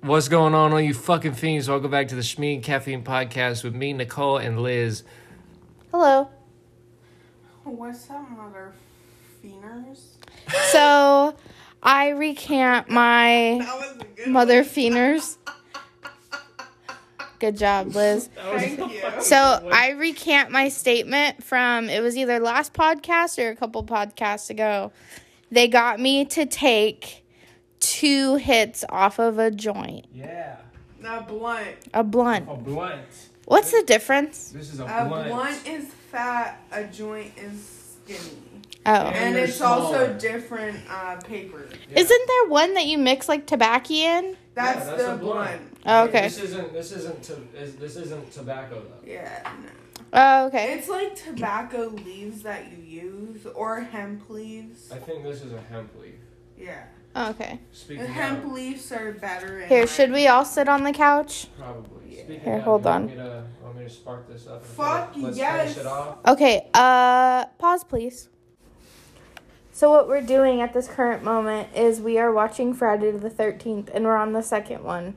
What's going on, all you fucking fiends? Welcome back to the Shmee and Caffeine Podcast with me, Nicole, and Liz. Hello. What's up, mother fienders? So I recant my That was a good mother fienders. Good job, Liz. Thank you. So I recant my statement from it was either last podcast or a couple podcasts ago. They got me to take two hits off of a joint, Yeah, A blunt. a blunt. a blunt. What's the difference? This is a, A blunt is fat. A joint is skinny. Oh. And they're it's smaller. also different uh, paper. Isn't there one that you mix like tobacco in? That's, that's the a blunt. blunt. Oh, okay. This isn't. This isn't. To, is, this isn't tobacco though. Yeah. no. Oh, okay. It's like tobacco leaves that you use or hemp leaves. I think this is a hemp leaf. Yeah. Okay. Speaking hemp of, leaves are better. in Here, my- should we all sit on the couch? probably. Yeah. Speaking Here, of, hold you on. Want me, to, want me to spark this up? and Fuck let's yes. finish it off. Okay, uh, pause, please. So, what we're doing at this current moment is we are watching Friday the 13th, and we're on the second one.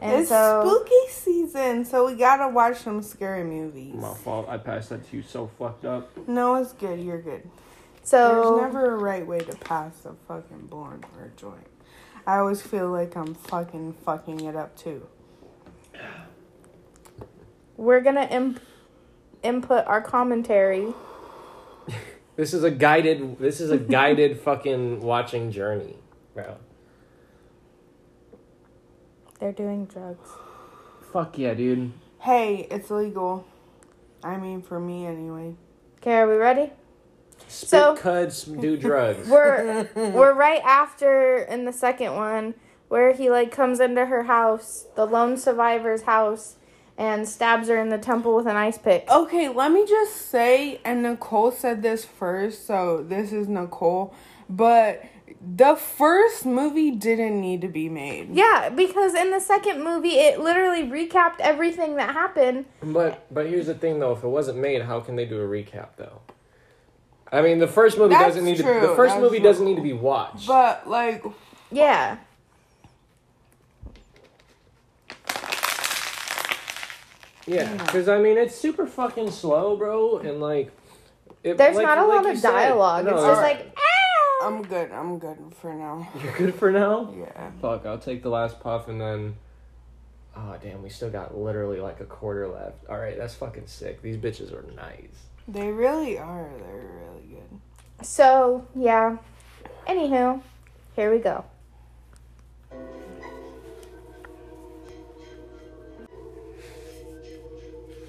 And It's so, spooky season, so we gotta watch some scary movies. My fault. I passed that to you so fucked up. No, it's good. You're good. There's so never a right way to pass a fucking blunt or a joint. I always feel like I'm fucking fucking it up too. we're gonna imp- input our commentary. This is a guided. This is a guided fucking watching journey, bro. They're doing drugs. Fuck yeah, dude. Hey, it's legal. I mean, for me anyway. Okay, are we ready? Spit So- cuds do drugs. We're we're right after in the second one where he like comes into her house, the lone survivor's house, and stabs her in the temple with an ice pick. Okay, let me just say, and Nicole said this first, so this is Nicole, but the first movie didn't need to be made. Yeah, because in the second movie, it literally recapped everything that happened. But but here's the thing though, if it wasn't made, how can they do a recap though? I mean, the first movie That's doesn't need to. The true. first That's movie true. doesn't need to be watched. But, like, Yeah. yeah, because I mean, it's super fucking slow, bro, and like, it, There's like- not a like lot you of said- dialogue. No, Um, it's just alright. like, ow! I'm good. I'm good for now. you're good for now. Yeah. Fuck, I'll take the last puff and then. Oh damn, we still got literally like a quarter left. All right, that's fucking sick. These bitches are nice. They really are. They're really good. so, yeah. Anywho, here we go.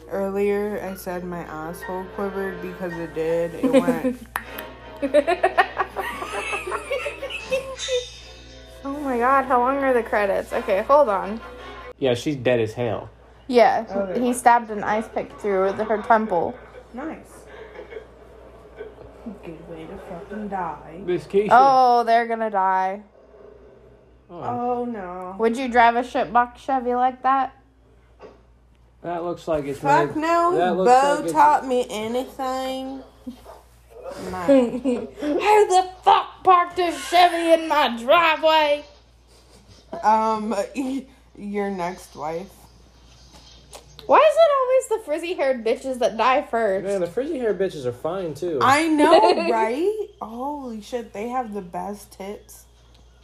Earlier, I said my asshole quivered because it did. It went. oh my god, how long are the credits? Okay, hold on. Yeah, she's dead as hell. Yeah, he stabbed an ice pick through the- her temple. nice. Good way to fucking die. Miss Casey. Oh, they're gonna die. Oh no. Would you drive a shitbox Chevy like that? That looks like it's Fuck no. That looks like Bo it's- taught me anything. My- Who the fuck parked a Chevy in my driveway? um, your next wife. Why is it always the frizzy haired bitches that die Man, first? the frizzy hair bitches are fine too. I know, right? Holy shit, they have the best tits.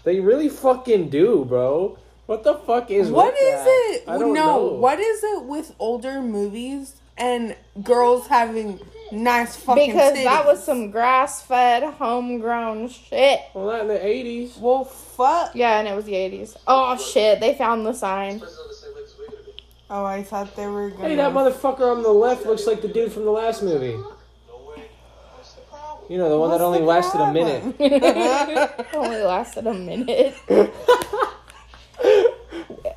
they really fucking do, bro. What the fuck is What with is that? it? I don't no, know. what is it with older movies and girls having nice fucking Because that titties? was some grass fed, homegrown shit. Well, not in the eighties. well, fuck. Yeah, and it was the 80s. Oh shit, they found the sign. Oh, I thought they were gonna. Hey, that motherfucker on the left looks like the dude from the last movie. You know, the one that What's only the lasted a problem? minute. Only lasted a minute.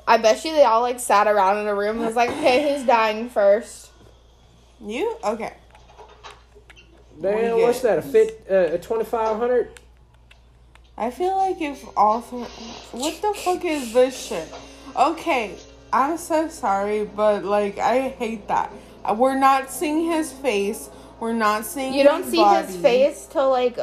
I bet you they all like sat around in a room and was like, okay, who's dying first? You okay? Man, We what's get- that? A fit? Uh, a twenty five hundred? I feel like if all three, what the fuck is this shit? Okay, I'm so sorry, but like I hate that. We're not seeing his face. We're not seeing. You don't his see his body. face till like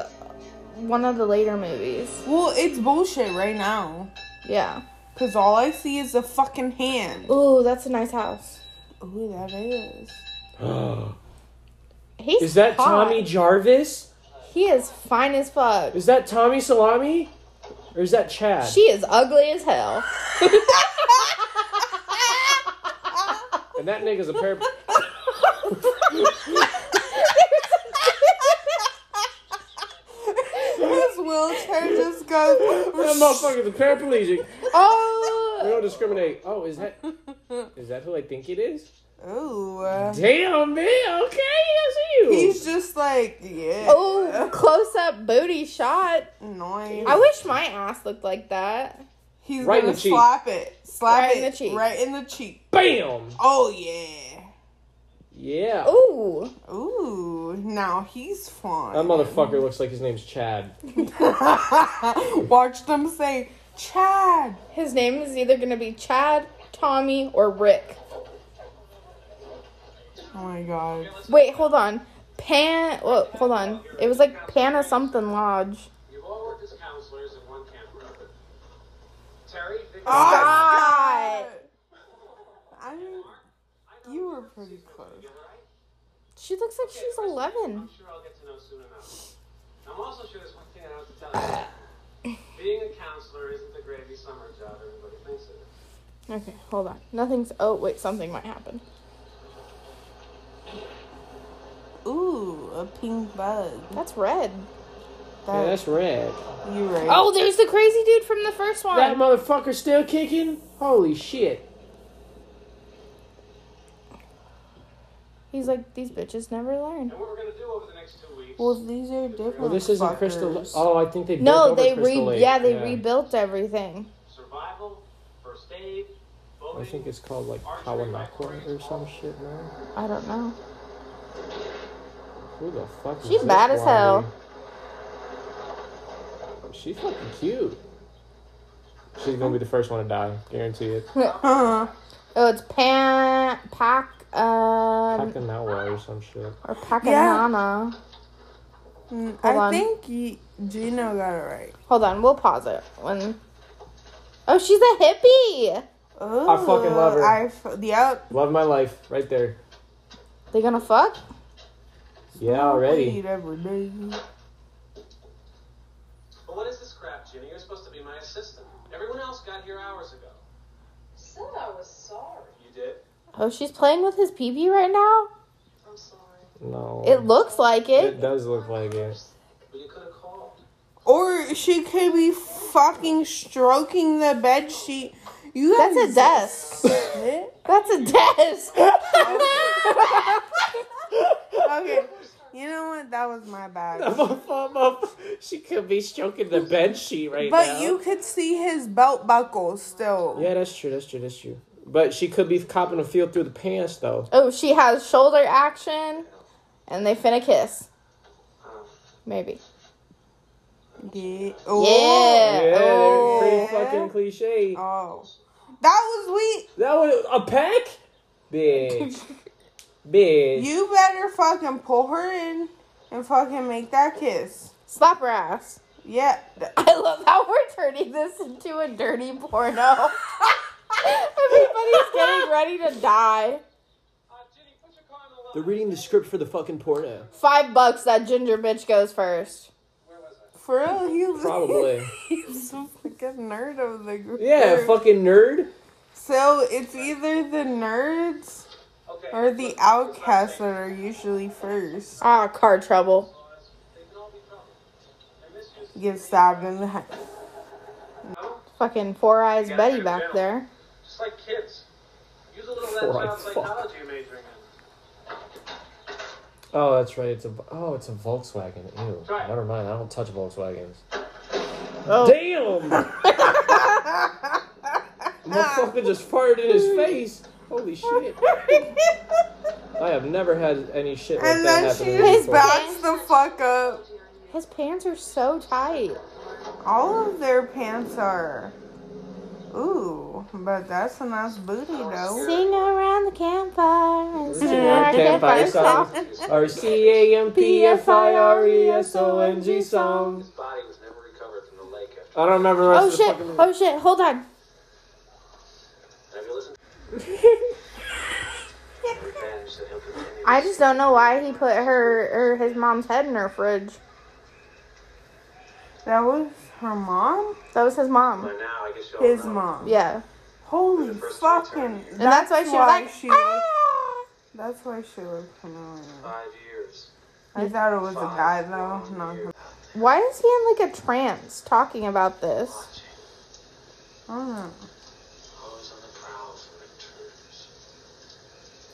one of the later movies. Well, it's bullshit right now. Yeah. Cause all I see is a fucking hand. Ooh, that's a nice house. Ooh, that is. He's Is that hot. Tommy Jarvis? He is fine as fuck. Is that Tommy Salami? Or is that Chad? She is ugly as hell. and that nigga's a pair. His wheelchair just goes. that motherfucker's a paraplegic. We oh, don't discriminate. Oh, is that is that who I think it is? Ooh. Damn, man. Okay, I see you. He's just like, yeah. oh, close up booty shot. Annoying. I wish my ass looked like that. He's Right in gonna the cheek. slap it. Slap Right in it. the cheek. Right in the cheek. Bam. Oh, yeah. Yeah. Ooh, Ooh, now he's fun. That motherfucker looks like his name's Chad. Watch them say, Chad. his name is either gonna be Chad, Tommy, or Rick. Oh my god. Wait, hold on. Pan. Whoa, hold on. It was like Pana something Lodge. You've all worked as counselors in one camp or other. Terry, Vicky, Ah! God. I mean, you were pretty close. all right? She looks like she's eleven. I'm sure I'll get to know soon enough. I'm also sure there's one thing I don't have to tell you. Being a counselor isn't the gravy summer job everybody thinks it is. Okay, hold on. Nothing's. Oh wait, something might happen. Ooh, a pink bug. That's red. Yeah, That, that's red. you right. Oh, there's the crazy dude from the first one. That motherfucker still kicking? Holy shit. He's like these bitches never learn. And what we're going to do over the next two weeks. Well, these are different. Well, this isn't Crystal. fuckers. Oh, I think they. No, built over they Crystal re. Lake. Yeah, they rebuilt everything. Survival, first aid, I voting. think it's called like Kawanakwa or some shit, man. I don't know. Who the fuck? is She's this bad as hell. Wally? She's fucking cute. She's gonna be the first one to die. Guarantee it. Huh. Oh, it's Pan Pac um Packing that way or some shit. or Pacanana. Hold Mm, I on. think y- Gino got it right. Hold on, we'll pause it when. Oh, she's a hippie. Ooh, I fucking love her. Oh, I f- yep. Love my life, right there. They gonna fuck? Yeah, already. Eat every day. But what is this crap, Ginny? You're supposed to be my assistant. Everyone else got here hours ago. Said I was sorry. You did? Oh, she's playing with his pee pee right now. I'm sorry. No. It looks like It it. does look like it. But you could have called. Or she could be fucking stroking the bed sheet. You That's a guys- desk. Shit. That's a desk. Okay. You know what? That was my bad. she could be stroking the bed sheet right now. But you could see his belt buckle still. Yeah, that's true. That's true. That's true. But she could be copping a feel through the pants though. oh, she has shoulder action, and they finna kiss. Maybe. Yeah. Yeah. Yeah, Oh. pretty fucking cliche. Oh. That was weak. That was a peck, bitch, bitch. You better fucking pull her in and fucking make that kiss. Slap her ass. Yeah. th- I love how we're turning this into a dirty porno. Everybody's getting ready to die. Uh, Ginny, put your car in the lot. They're reading the script for the fucking porno. Five bucks that ginger bitch goes first. Where was I? For real, he was Probably. he's the fucking nerd of the group. Yeah, fucking nerd. So it's either the nerds Okay. or the outcasts that are usually first. Ah, car trouble. They can all be trouble. They're misused. Get stabbed in the head. Fucking four eyes Betty back there. Just like kids. Use a little of Before that I child fuck. psychology you're majoring in. Oh, that's right. It's a oh, it's a Volkswagen. Ew. Try it. Never mind. I don't touch Volkswagens. Oh. Damn. Motherfucker just farted in his face. Holy shit. I have never had any shit like And that then happen. she to me just before. backs the fuck up. His pants are so tight. All of their pants are. Ooh, but that's a nice booty though. Sing around the campfire. Sing around the campfire song. R C A M P F I R E S O N G song. His body was never recovered from the lake after. I don't remember the rest Oh of the shit! fucking. Oh shit! Hold on. Have you listened to revenge that he'll continue? I just don't know why he put her or his mom's head in her fridge. That was her mom? That was his By mom. now, I guess you all His know. mom. Yeah. Holy First fucking. return. And that's, why she was like, she "Ah!" That's why she looked familiar. Five years. I thought it was a Five guy though. long No. years. Why is he in like a trance talking about this? Watching. I don't know. Always on the prowl for returns.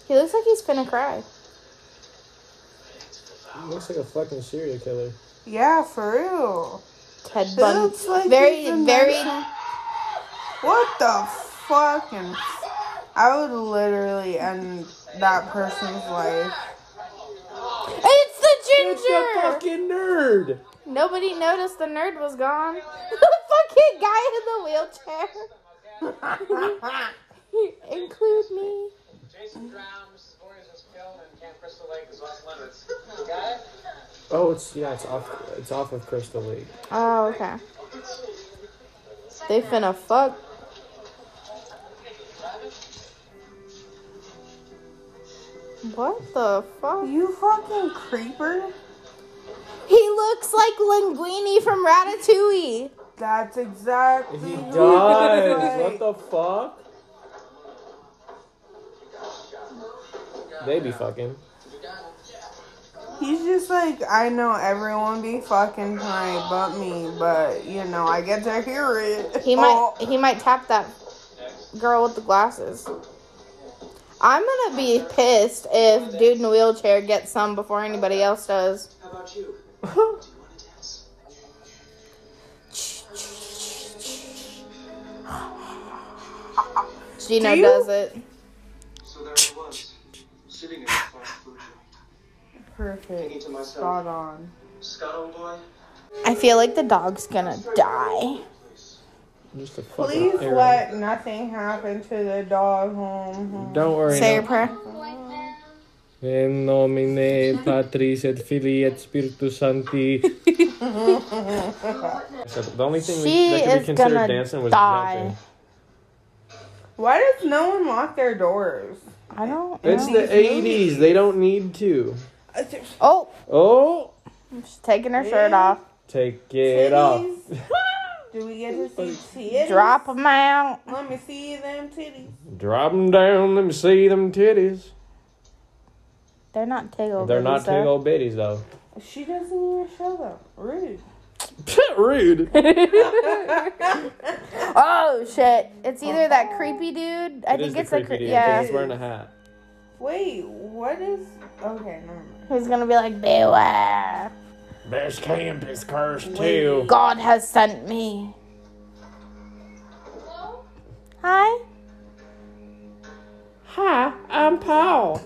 He looks like he's finna cry. It's He devour. looks like a fucking serial killer. Yeah, for real. Ted It Bundy. looks like very, he's a very. nice- What the fucking? I would literally end that person's life. It's the ginger. fucking nerd. Nobody noticed the nerd was gone. the fucking guy in the wheelchair. Include me. Jason drowned, Mrs. Voorhees was killed, and Camp Crystal Lake is off limits. You got it? Oh, it's yeah, it's off. It's off of Crystal Lake. Oh, okay. They finna fuck. What the fuck? You fucking creeper. He looks like Linguini from Ratatouille. That's exactly. He who- does. what Right. the fuck? They be fucking. He's just like, I know everyone be fucking tonight but me, but you know, I get to hear it. He Oh, might he might tap that girl with the glasses. I'm gonna be pissed if dude in a wheelchair gets some before anybody else does. How about you? Do you want to dance? Gino Do you- does it. So there I was, sitting in the fast food joint, thinking Perfect. to myself, Spot on. Scott, old boy, I feel like the dog's gonna die. please. Just a fucking. Please arrow. let nothing happen to the dog home. Don't worry. Say no. your prayer. In nomine Patris et Filii et Spiritus Sancti. Except the only thing She we, that could is be considered gonna dancing was die. jumping. Why does no one lock their doors? I don't. It's know. the 80s. They don't need to. oh, Oh, she's taking her shirt off. take it off. Titties. Do we get to see titties? Drop them out. Let me see them titties. Drop them down. Let me see them titties. They're not tickled. They're not Lisa. big old bitties, though. She doesn't even show them. Rude. Rude. Oh shit! It's either that creepy dude. I It is think the it's the creepy cre- dude, 'cause yeah. He's wearing a hat. Wait, what is? Okay, never mind. Who's gonna be like beware? This camp is cursed, too. God has sent me. Hello? Hi. Hi, I'm Paul.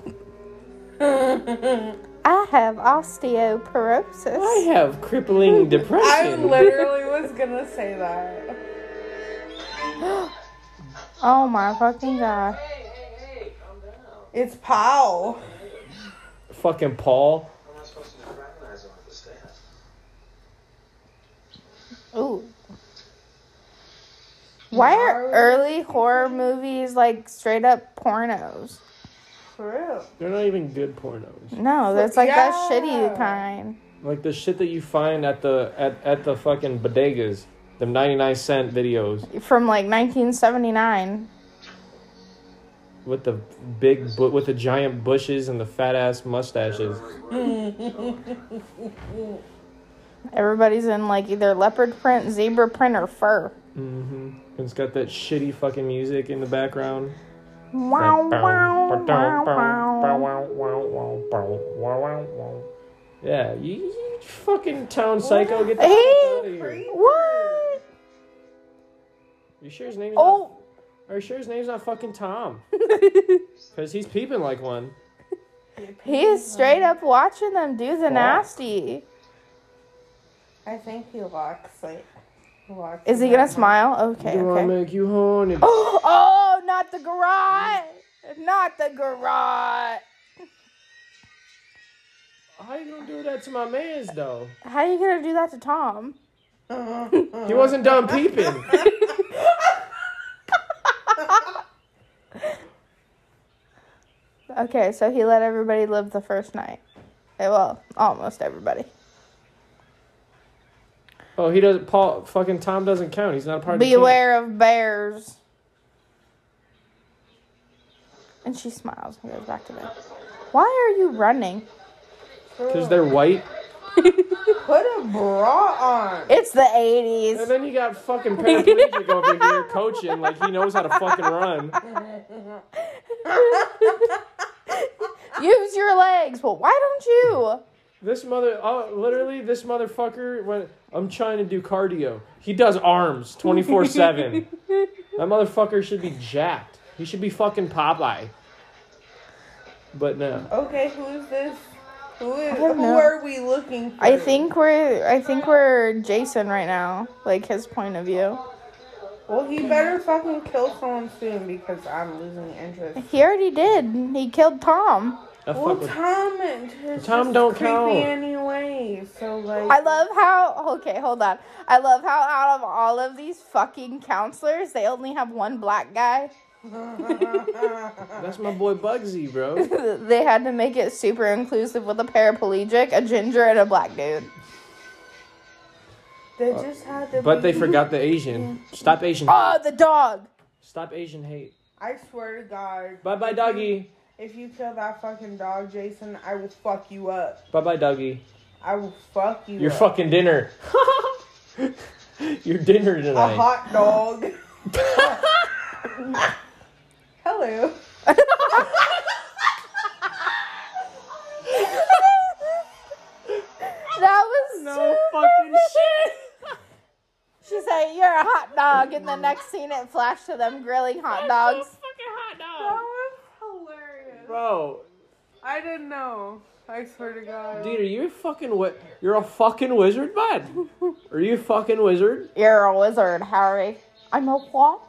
I have osteoporosis. I have crippling I depression. literally was gonna say that. Oh my fucking god! Hey, hey, hey, calm down. It's Pow. Fucking Paul. How am I supposed to recognize him at the stand? Ooh. Why are early horror movies like straight up pornos? For real. They're not even good pornos. No, that's like that Yeah. shitty kind. Like the shit that you find at the at, at the fucking bodegas, the ninety nine cent videos from like 1979. with the big bu- with the giant bushes and the fat ass mustaches. Everybody's in like either leopard print, zebra print, or fur. Mm-hmm. And it's got that shitty fucking music in the background. Wow, wow, wow, wow. Yeah, you, you fucking town psycho, get the fuck Hey! out of here. What? You sure his name? Is Oh, not, are you sure his name's not fucking Tom? Cause he's peeping like one. he is straight up watching them do the nasty. I think he locks like. Locks Is he them. gonna smile? Okay, Do I okay. make you horny? Oh, not the garage! Not the garage! How you gonna do that to my man's though? How you gonna do that to Tom? Uh-huh. He wasn't done peeping. Okay, so he let everybody live the first night. Eh, Well, almost everybody. Oh, he doesn't. Paul, fucking Tom doesn't count. He's not a part of the camp. Beware of bears. And she smiles and goes back to bed. Why are you running? Because they're white. Put a bra on. It's the And 80s. then you got fucking paraplegic over here coaching like he knows how to fucking run. Use your legs. Well, why don't you? This mother, oh, literally, this motherfucker. When I'm trying to do cardio, he does arms 24 seven. That motherfucker should be jacked. He should be fucking Popeye. But no, Okay, who is this? Who is? don't Who know. are we looking for? I think we're I think we're Jason right now, like his point of view. Well, he better fucking kill someone soon because I'm losing interest. He already did. He killed Tom. that Well, fucker- Tom is just Tom don't creepy count. anyway. So like, I love how okay, hold on. I love how out of all of these fucking counselors, they only have one black guy. that's my boy Bugsy, bro. they had to make it super inclusive with a paraplegic, a ginger, and a black dude. they just had to. But be- they forgot the Asian. Stop Asian. Oh, the dog. Stop Asian hate. I swear to God. Bye bye, doggy. If you kill that fucking dog, Jason, I will fuck you up. Bye bye, doggy. I will fuck you. Your up. fucking dinner. Your dinner a tonight. hot dog. Hello. That was No so- fucking shit. She said, "You're a hot dog," and the next scene it flashed to them grilling hot dogs. That was hilarious. Bro, I didn't know. I swear to God. dude, are you a fucking wi- You're a fucking wizard, bud. Are you a fucking wizard? You're a wizard, Harry. I'm a what?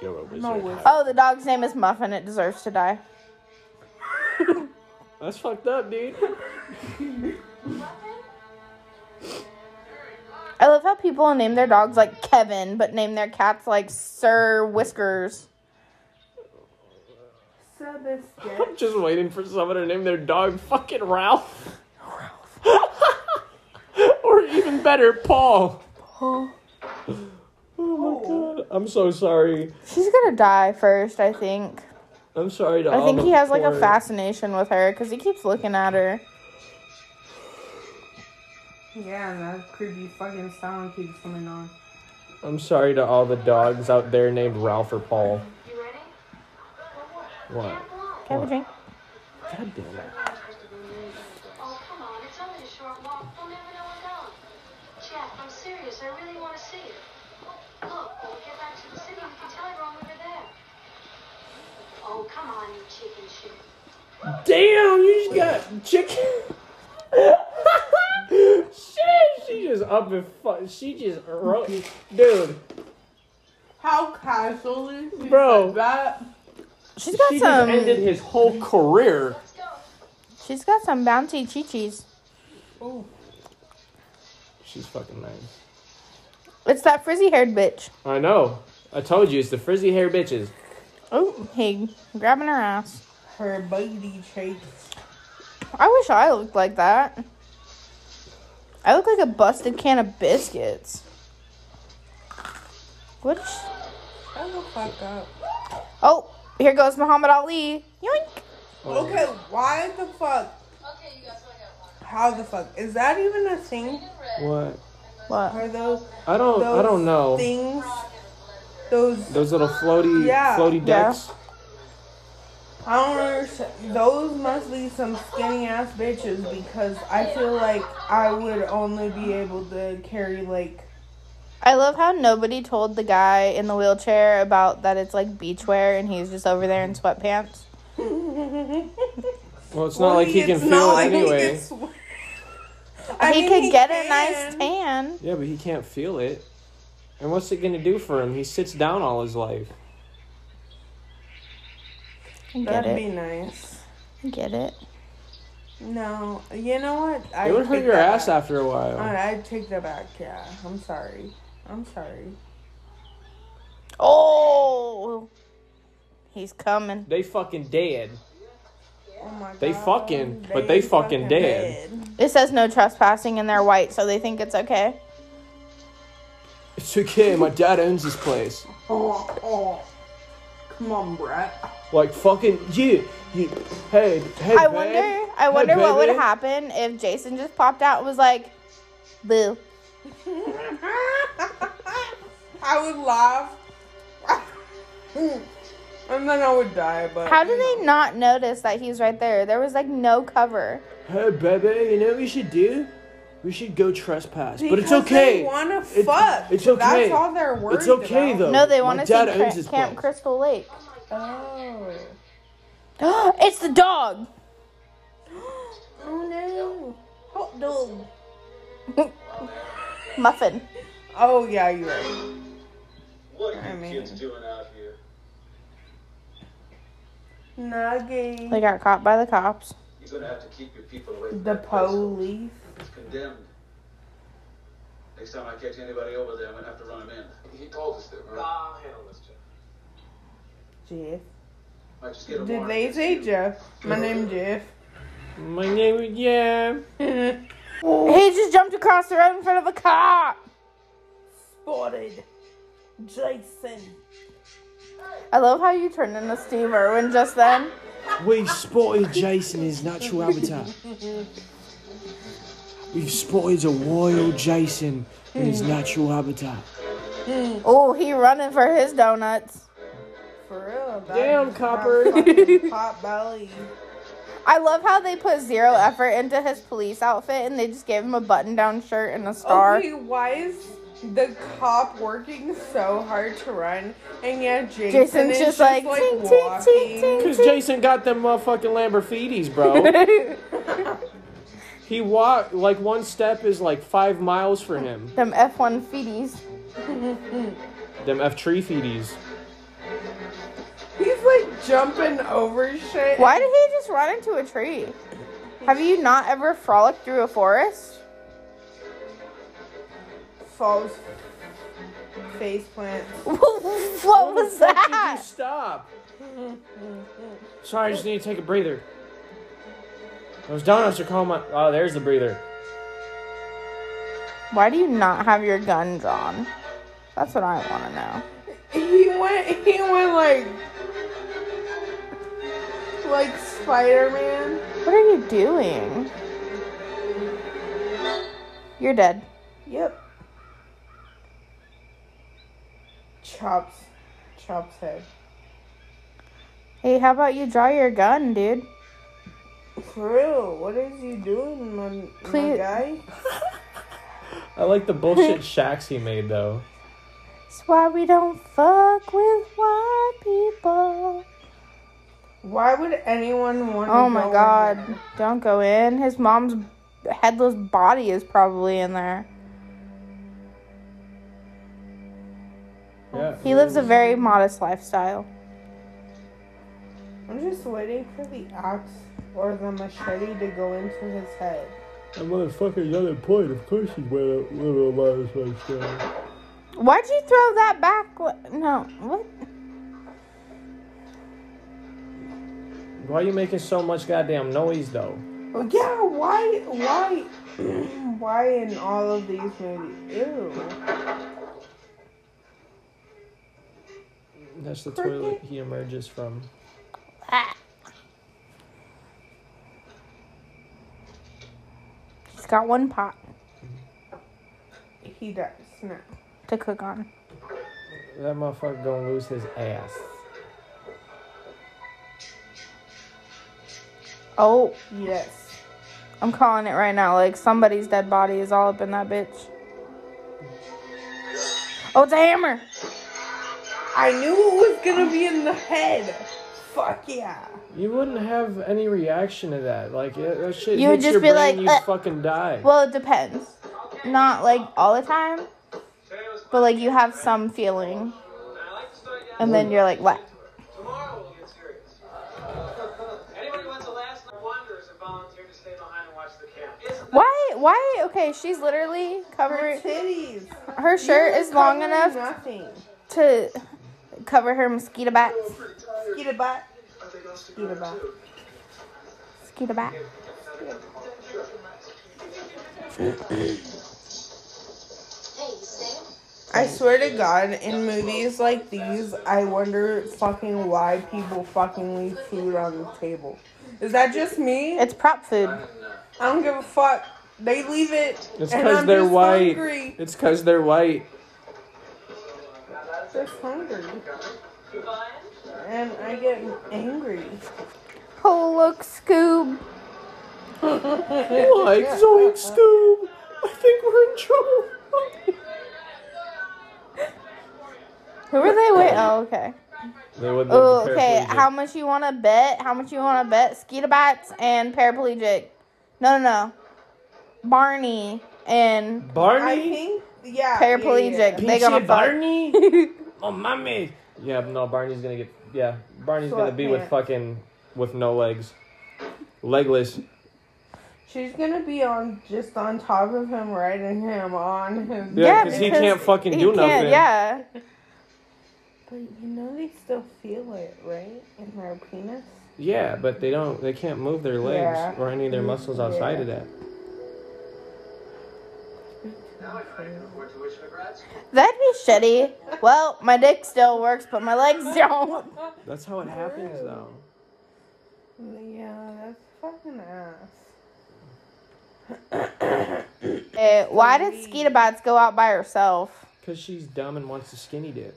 You're a wizard. a wizard. Oh, the dog's name is Muffin. It deserves to die. That's fucked up, dude. I love how people name their dogs like Kevin, but name their cats like Sir Whiskers. So this I'm just waiting for someone to name their dog fucking Ralph. or even better, Paul. Oh my god. I'm so sorry. She's gonna die first, I think. I'm sorry to I all think Oh, the he has like a poor- fascination with her because he keeps looking at her. Yeah, and that creepy fucking sound keeps coming on. I'm sorry to all the dogs out there named Ralph or Paul. You ready? What? Can I have a drink? God damn it. Oh, come on. It's only a short walk. We'll never know we're gone. Jack, I'm serious. I really want to see it. Look, when we get back to the city, we can tell everyone we were there. Oh, come on, you chicken shit. Damn, you just got chicken. Shit, she just up and fuck. She just wrote, dude. How casually she Bro. said that. She's got She just some. ended his whole career. She's got some bouncy chichis. Ooh. She's fucking nice. It's that frizzy haired bitch. I know. I told you, it's the frizzy hair bitches. Oh, he grabbing her ass. Her booty traits. I wish I looked like that. I look like a busted can of biscuits. Which? Shut the fuck up. Oh, here goes Muhammad Ali. Yoink. Okay, why the fuck? Okay, you guys, I got one. How the fuck? Is that even a thing? What? What? Are those I don't. those I don't know. things? Those Those little floaty, Yeah. floaty Yeah. decks. I don't understand. Those must be some skinny ass bitches because I feel like I would only be able to carry like I love how nobody told the guy in the wheelchair about that it's like beachwear and he's just over there in sweatpants. Well, it's not like he can It's feel not it like he anyway. can sw- I he mean, could get a can. nice tan. Yeah, but he can't feel it. And what's it gonna do for him? He sits down all his life. I get That'd it. be nice. I get it. No, you know what? I It would hurt take your that ass back. after a while. Alright, I take that back. Yeah, I'm sorry. I'm sorry. Oh, he's coming. They fucking dead. Oh my They God. fucking- but they fucking dead. It says no trespassing and they're white, so they think it's okay. It's okay, my dad owns this place. Oh, oh. Come on, Brett. Like fucking yeah, yeah. Hey, hey. I babe. wonder I wonder what would baby. happen if Jason just popped out and was like, Boo. I would laugh. and then I would die, but. How do they not notice that he's right there? There was like no cover. Hey, baby, you know what we should do? We should go trespass. but it's Because okay. They wanna It- fuck. it's okay. That's all they're worried It's okay about. though. No, they My want to see dad owns Cra- this Camp place. Crystal Lake. Oh. it's the dog. Oh no. Hot dog. Muffin. Oh yeah, you're right. What I are you mean- kids doing out here? Nuggy. They got caught by the cops. You're gonna have to keep your people away from The that place. police. It's condemned. Next time I catch anybody over there, I'm gonna have to run him in. He told us that, right? I'll handle this, Jeff. Jeff. I just get a Did warrant they against say you. Jeff? My name Jeff. My name is yeah. He just jumped across the road in front of a cop. Spotted. Jason. I love how you turned into Steve Irwin just then. We've spotted Jason in his natural habitat. We've spotted a wild Jason in his natural habitat. Oh, he running for his donuts. For real. that Damn, is not copper. fucking Pot belly. I love how they put zero effort into his police outfit and they just gave him a button-down shirt and a star. Okay, why is the cop working so hard to run, and yet Jason Jason's is just just, like, like, "Ting, ting, ting, walking? ting." Cause Jason got them motherfucking Lamborghinis, bro. he walked like one step is like five miles for him. Them F1 feeties. Them F tree feeties. He's like jumping over shit. Why did he just run into a tree? Have you not ever frolicked through a forest? Falls face plants. what was that? Stop. Sorry, I just need to take a breather. Those donuts are calling my. Oh, there's the breather. Why do you not have your gun drawn? That's what I want to know. He went. He went like like Spider Man. What are you doing? You're dead. Yep. Chops. Chops head. Hey, how about you draw your gun, dude? For real, what is you doing, my, my Please- guy? I like the bullshit shacks he made though. That's why we don't fuck with white people. Why would anyone want? Oh my god. Don't go in. His mom's headless body is probably in there. Yeah. He lives a very modest lifestyle. I'm just waiting for the axe or the machete to go into his head. That motherfucker's on a point. Of course he's wearing a little modest lifestyle. Why'd you throw that back? What- No. What? Why are you making so much goddamn noise though? Well, yeah, why, why, why in all of these movies? Ew. That's the toilet he emerges from. He's got one pot He does no. to cook on. That motherfucker gonna lose his ass. Oh, Yes. I'm calling it right now. Like somebody's dead body is all up in that bitch. Oh, it's a hammer. I knew it was gonna be in the head. Fuck yeah. You wouldn't have any reaction to that. Like it, that shit. You would hits just your be brain, like, you "Uh." fucking die. Well, it depends. Not like all the time, but like you have some feeling, I like to start yelling. and then you're like, what? Tomorrow we'll get serious. Anybody who wants a last night wanderers have volunteered to stay behind and watch the camp. Isn't that Why? Why? Okay, she's literally Her covered. titties. Her shirt is long Covering enough Nothing. to cover her mosquito bats. pretty tired? Get a butt. I think I'll stick Get a around butt. too. Skeet back. I swear to God, in movies like these, I wonder fucking why people fucking leave food on the table. Is that just me? It's prop food. I don't give a fuck. They leave it. It's and because I'm they're just white. Hungry. It's because they're white. I'm just hungry. And I get angry. Oh, look, Scoob. Like uh, Zoink Scoob. I think we're in trouble. Who were they with? Oh, okay. they wouldn't. Oh, have been okay. paraplegic. How much you want to bet? How much you want to bet? Skeetabats and paraplegic. No, no, no. Barney and I Barney? think, yeah. yeah, paraplegic. Pinche They gonna fuck. Barney? oh, mommy. Yeah, no, Barney's gonna get. Yeah, Barney's gonna be with Sweatpants. fucking with no legs, legless. She's gonna be on just on top of him, riding him on his. Yeah, 'cause he can't fucking do nothing. Yeah. But you know they still feel it, right? In their penis. Yeah, but they don't. They can't move their legs Yeah. or any of their Mm, muscles outside of that. Now I can afford tuition to grad school. That'd be shitty. Well, my dick still works, but my legs don't. That's how it happens, though. Yeah, that's fucking ass. Eh, why did Skeetabats go out by herself? Cause she's dumb and wants to skinny dip,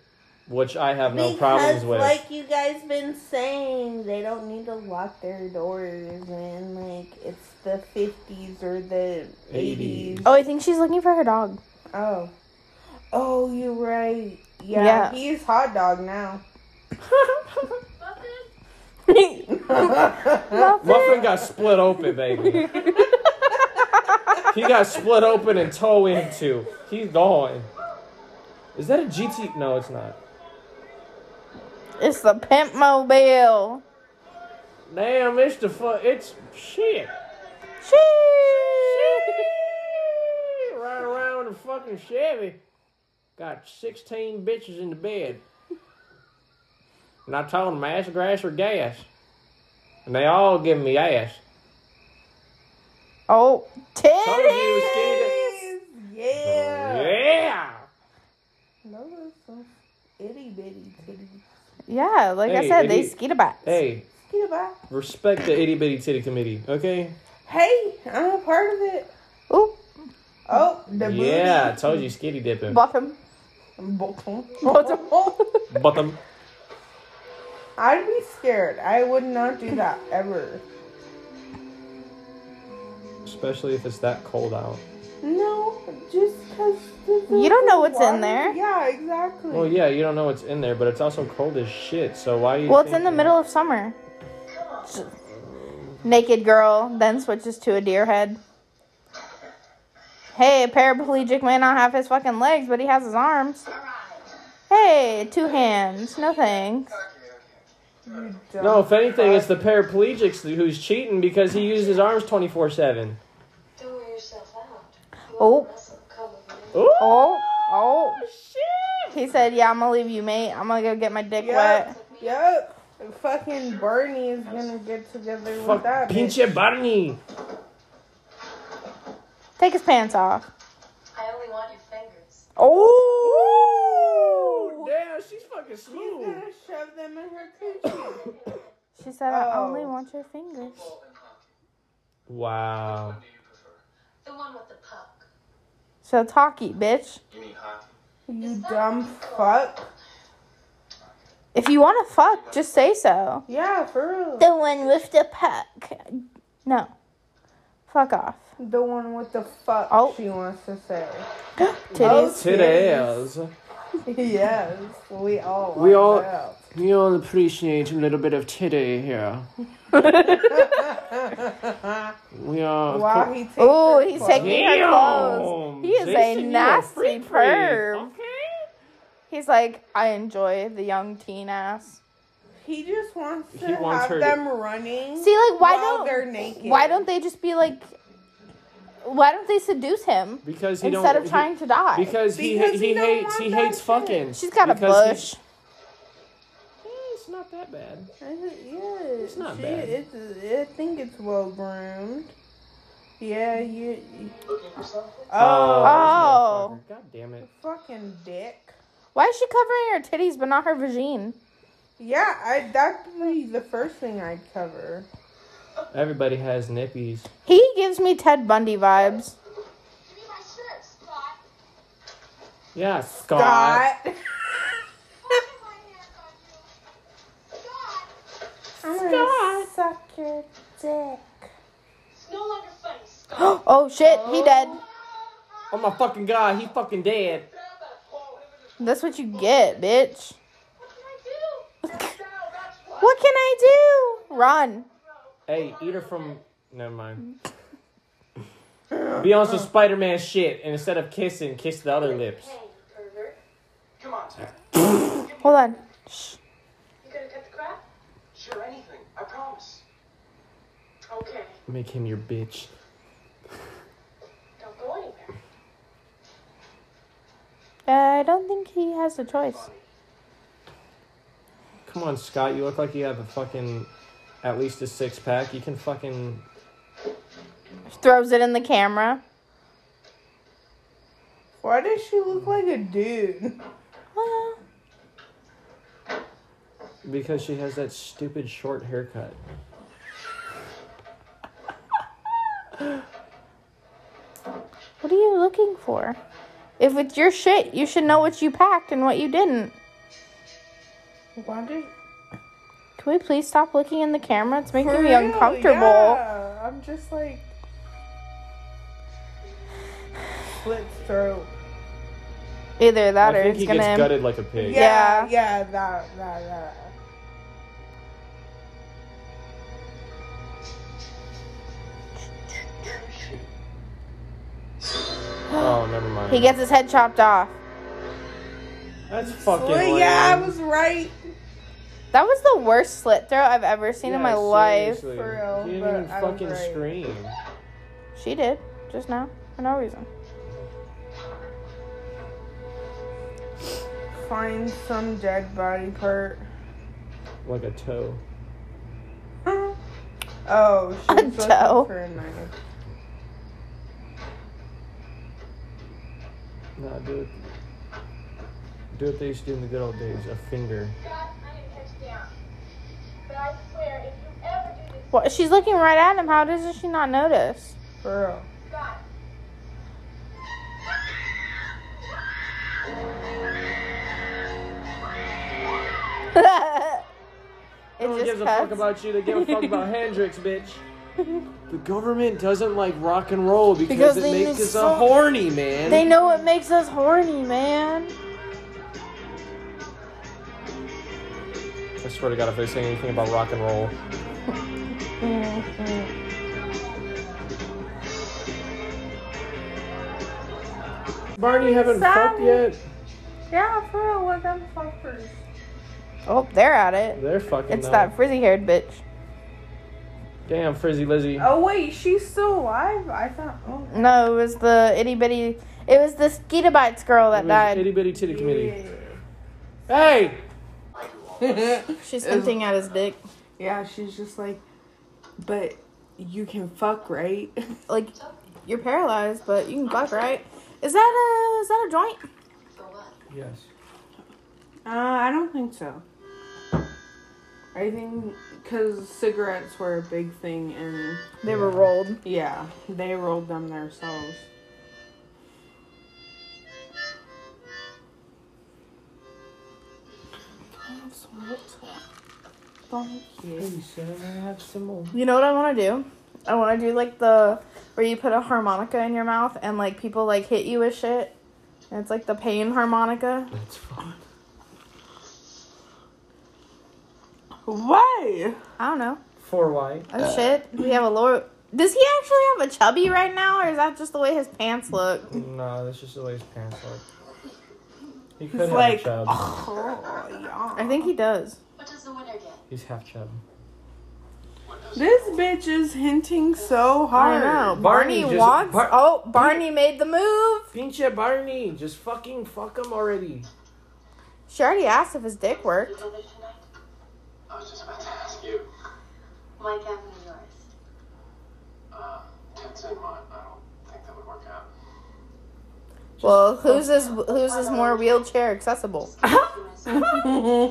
which I have no problems with. like you guys been saying, they don't need to lock their doors, and like it's the fifties or the eighties. Eighties. Oh, I think she's looking for her dog. Oh, oh, you're right. Yeah, Yeah. he's hot dog now. Muffin. Muffin got split open, baby. he got split open and toe into. He's gone. Is that a GT? No, it's not. It's the pimp mobile. Damn, it's the fu- It's shit. Right around with a fucking Chevy. Got 16 bitches in the bed. And I told them ass, grass, or gas. And they all give me ass. Oh, Told you he titty. was skinny Yeah. dip. Yeah! Those are some itty bitty titties. Yeah, like I Hey, said, they idiot. skeetabats. Hey, Goodbye. respect the itty bitty titty committee, okay? Hey, I'm a part of it. Oop, Oh, the Yeah, I told you skinny dipping. bottom. booty. But them. I'd be scared. I would not do that ever. Especially if it's that cold out. No, just because. You don't know what's in there. Yeah, exactly. Well, yeah, you don't know what's in there, but it's also cold as shit, so why you. Well, it's in think- the middle of summer. Naked girl then switches to a deer head. Hey, a paraplegic may not have his fucking legs, but he has his arms. Hey, two hands. No thanks. No, if anything, it's the paraplegics who's cheating because he uses his arms 24 7. Don't wear yourself out. Oh, Come with me. oh, oh. Shit. He said, Yeah, I'm gonna leave you, mate. I'm gonna go get my dick wet. Yep. Yep. Fucking Bernie is gonna get together with Fuck, that. bitch. pinche Barney. Take his pants off. I only want your fingers. Oh! Damn, she's fucking She's smooth. gonna shove them in her coochie. She said, I Oh. only want your fingers. Wow. The one with the puck. So, talkie, bitch. you dumb fuck. If you wanna fuck, just say so. Yeah, for real. The one with the puck. No. Fuck off. The one with the fuck Oh. she wants to say. Titties. Titties. yes, we all. We all- want that. You all appreciate a little bit of titty here. we are. of Wow, cour- he takes Oh, her he's clothes. taking her Damn, clothes. He is Jason, a you a nasty freak freak. perv. He's like, I enjoy the young teen ass. He just wants to He wants have her to- them running. See, like, why while don't they're naked? why don't they just be like, why don't they seduce him Because he instead don't, of trying to die? He, because he Because he, he he don't hates want he that hates shit. fucking. She's got a Because he- bush. Eh, it's not not that bad. I thi- yeah, It's not she, bad. It's, I think it's well groomed. Yeah, you. you- Looking for something? Oh, Oh. this motherfucker. God damn it. fucking dick. Why is she covering her titties but not her vagine? Yeah, I that'd be the first thing I'd cover. Everybody has nippies. He gives me Ted Bundy vibes. Give me my shirt, Scott. Yeah, Scott. Dot. I'll get my hands on you. Scott! I'm gonna suck your dick. It's no longer funny, Scott. Oh shit, he dead. Oh my fucking god, he fucking dead. That's what you get, bitch. What can I do? no, that's what. What can I do? Run. Hey, eat her from. Never mind. Be on some Spider Man shit, and instead of kissing, kiss the other lips. Hey, you pervert. Come on, Ted. Hold on. Shh. You gonna cut the crap? Sure, anything. I promise. Okay. Make him your bitch. Don't go anywhere. Uh, I don't think he has a choice. Come on, Scott. You look like you have a fucking. At least a six pack. You can fucking. Throws it in the camera. Why does she look like a dude? Ah. Because she has that stupid short haircut. What are you looking for? If it's your shit, you should know what you packed and what you didn't. Why did Can we please stop looking in the camera? It's making For me real, uncomfortable. Yeah. I'm just like split throat. Either that I or think it's he gonna. gets gutted like a pig. Yeah, Yeah. yeah, that, that, that. Oh, never mind. He gets his head chopped off. That's fucking. Well, yeah, I was right. That was the worst slit throat I've ever seen in my life. seriously. for real, She but didn't even I was fucking right. scream. She did just now for no reason. Find some dead body part. Like a toe. Oh, she A was looking toe. for a knife. Nah, do it. Do what they used to do in the good old days. A finger. Scott, I'm gonna cut you down. But I swear, if you ever do this, Well, she's looking right at him. How does she not notice? For real. Scott. it no one just gives a cuts. fuck about you. They give a fuck about Hendrix, bitch. The government doesn't like rock and roll because, Because it they makes make us a so- horny man. they know what makes us horny, man. I swear to God, if they say anything about rock and roll, Mm-hmm. Barney haven't fucked Sorry. yet. Yeah, for real, let them fuck first. Oh, they're at it. They're fucking. It's though. that frizzy-haired bitch. Damn, Frizzy Lizzy. Oh wait, she's still alive? I thought. Oh, No, it was the itty bitty. It was the Skeetabites girl that died. Itty bitty titty committee. yeah. Hey, She's hinting at his dick. yeah, she's just like, but you can fuck, right? Like you're paralyzed, but you can fuck, right? Is that a is that a joint? yes. Uh, I don't think so. I think because cigarettes were a big thing, and They were rolled. yeah, they rolled them themselves. Thank you. You know what I want to do? I want to do like the where you put a harmonica in your mouth and like people like hit you with shit. And it's like the pain harmonica. That's fun. Why? I don't know. For why? Oh shit. We have a lower. Does he actually have a chubby right now, or is that just the way his pants look? No, that's just the way his parents look. He could It's have like, a chub. Oh, yeah. I think he does. What does the winner get? He's half chub. This bitch is hinting so I hard. don't know. Barney Barney, just- wants. Bar- oh, Barney made the move. Pinche Barney, just fucking fuck him already. She already asked if his dick worked. Over tonight? I was just about to ask you. Mike Avenue yours. Uh, tits in uh, mine. I don't think that would work out. Well, whose is whose is more wheelchair accessible? Sure. I'll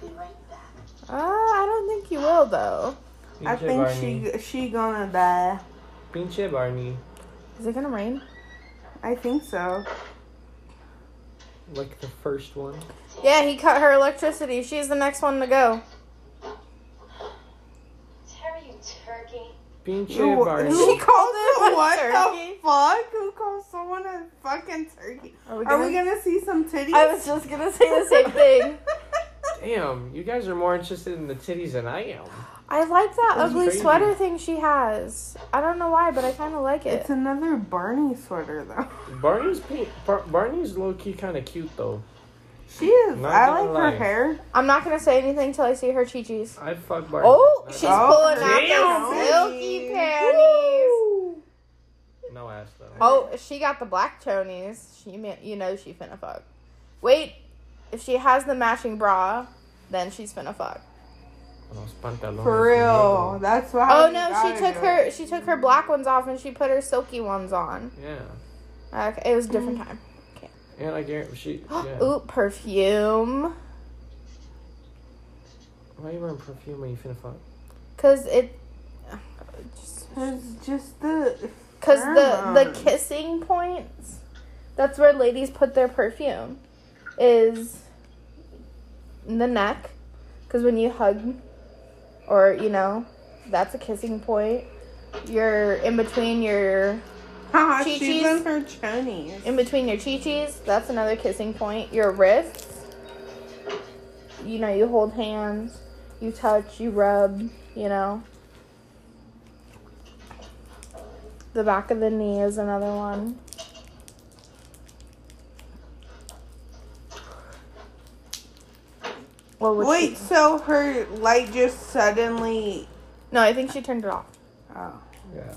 be right back. Uh, I don't think you will though. I think she she gonna die. Pinche Barney. Is it gonna rain? I think so. Like the first one. Yeah, he cut her electricity. She's the next one to go. Terry, you turkey. Pinche Who- Barney. Who called it a what turkey? the fuck? Who called someone a fucking turkey? Are we Are we gonna see some titties? I was just gonna say the same thing. Damn, you guys are more interested in the titties than I am. I like that That's ugly crazy. sweater thing she has. I don't know why, but I kind of like it. It's another Barney sweater though. Barney's pink. Bar- Barney's low key kind of cute though. She is. Not I gonna like lie. her hair. I'm not gonna say anything till I see her chi chis. I'd fuck Barney. Oh, she's Oh, pulling out damn, the bitch. silky panties. no ass though. Oh, if she got the black chonies. She, ma- you know, she finna fuck. Wait, if she has the matching bra, then she's finna fuck. Los pantalones For real. negros. That's why. Oh we no, gotta she took do it. her she took her black ones off and she put her silky ones on. Yeah, Okay, it was a different time. and I guarantee she. Yeah. Ooh, perfume. Why are you wearing perfume when you finna fuck? Cause it, It's just the. cause the the Pheromones. kissing points. That's where ladies put their perfume, is the neck, cause when you hug, or you know, that's a kissing point. You're in between your Ha, Chi-chis. she's in her chonies. in between your chi-chis, that's another kissing point. Your wrists, you know, you hold hands, you touch, you rub, you know. The back of the knee is another one. What was Wait, she- so her light just suddenly. No, I think she turned it off. Oh. Yeah.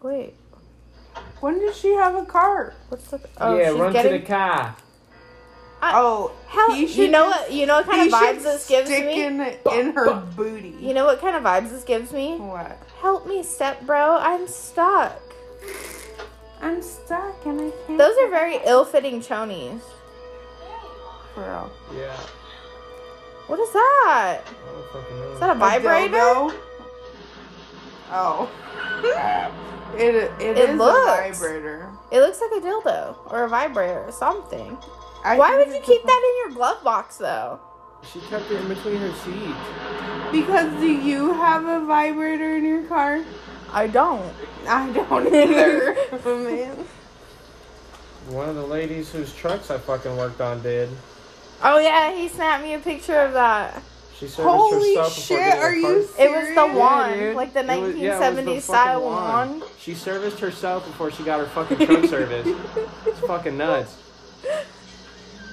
Wait, When does she have a car? what's the? Oh, yeah, she's run getting. to the car. Oh, Hell, he you should know just- what? You know what kind he of vibes should this gives stick me. in, in her Bah, bah. booty. You know what kind of vibes this gives me? what? Help me, step bro. I'm stuck. I'm stuck and I can't. Those are very ill-fitting chonies. for real. Yeah. What is that? I don't fucking know. Is that a vibrator? dildo? Oh. it it is a looks. vibrator. It looks like a dildo or a vibrator or something. I Why think would you it's keep a- that in your glove box though? She kept it in between her seats. Because do you have a vibrator in your car? I don't. I don't either. man. One of the ladies whose trucks I fucking worked on did. Oh yeah, he snapped me a picture of that. She serviced Holy herself before shit, getting are her you car. serious? It was the wand, dude. like the It was- yeah, it was the 1970s style fucking wand. She serviced herself before she got her fucking truck serviced. It's fucking nuts.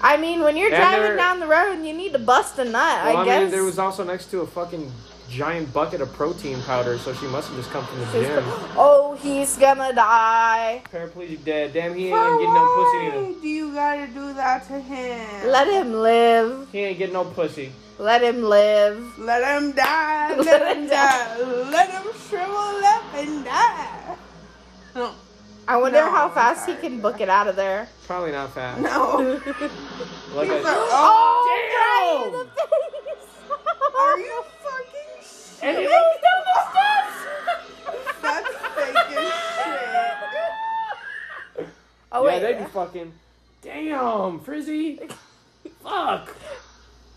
I mean, when you're And driving there- down the road, you need to bust a nut. Well, I, I, guess. mean, there was also next to a fucking giant bucket of protein powder, so she must have just come from the gym. oh, he's gonna die. Paraplegic dad. Damn, he ain't But getting no pussy why either. do you gotta do that to him? Let him live. He ain't getting no pussy. Let him live. Let him die. Let Let him him die. Let him shrivel up and die. No. I wonder No, how I'm fast he sorry. can book it out of there. Probably not fast. No. Like He's I- like, oh, Oh, right in the face. are you fucking shit? And he Please looked- don't discuss. That's fake as shit. Oh yeah, wait. they'd be fucking. Damn, Frizzy. Fuck.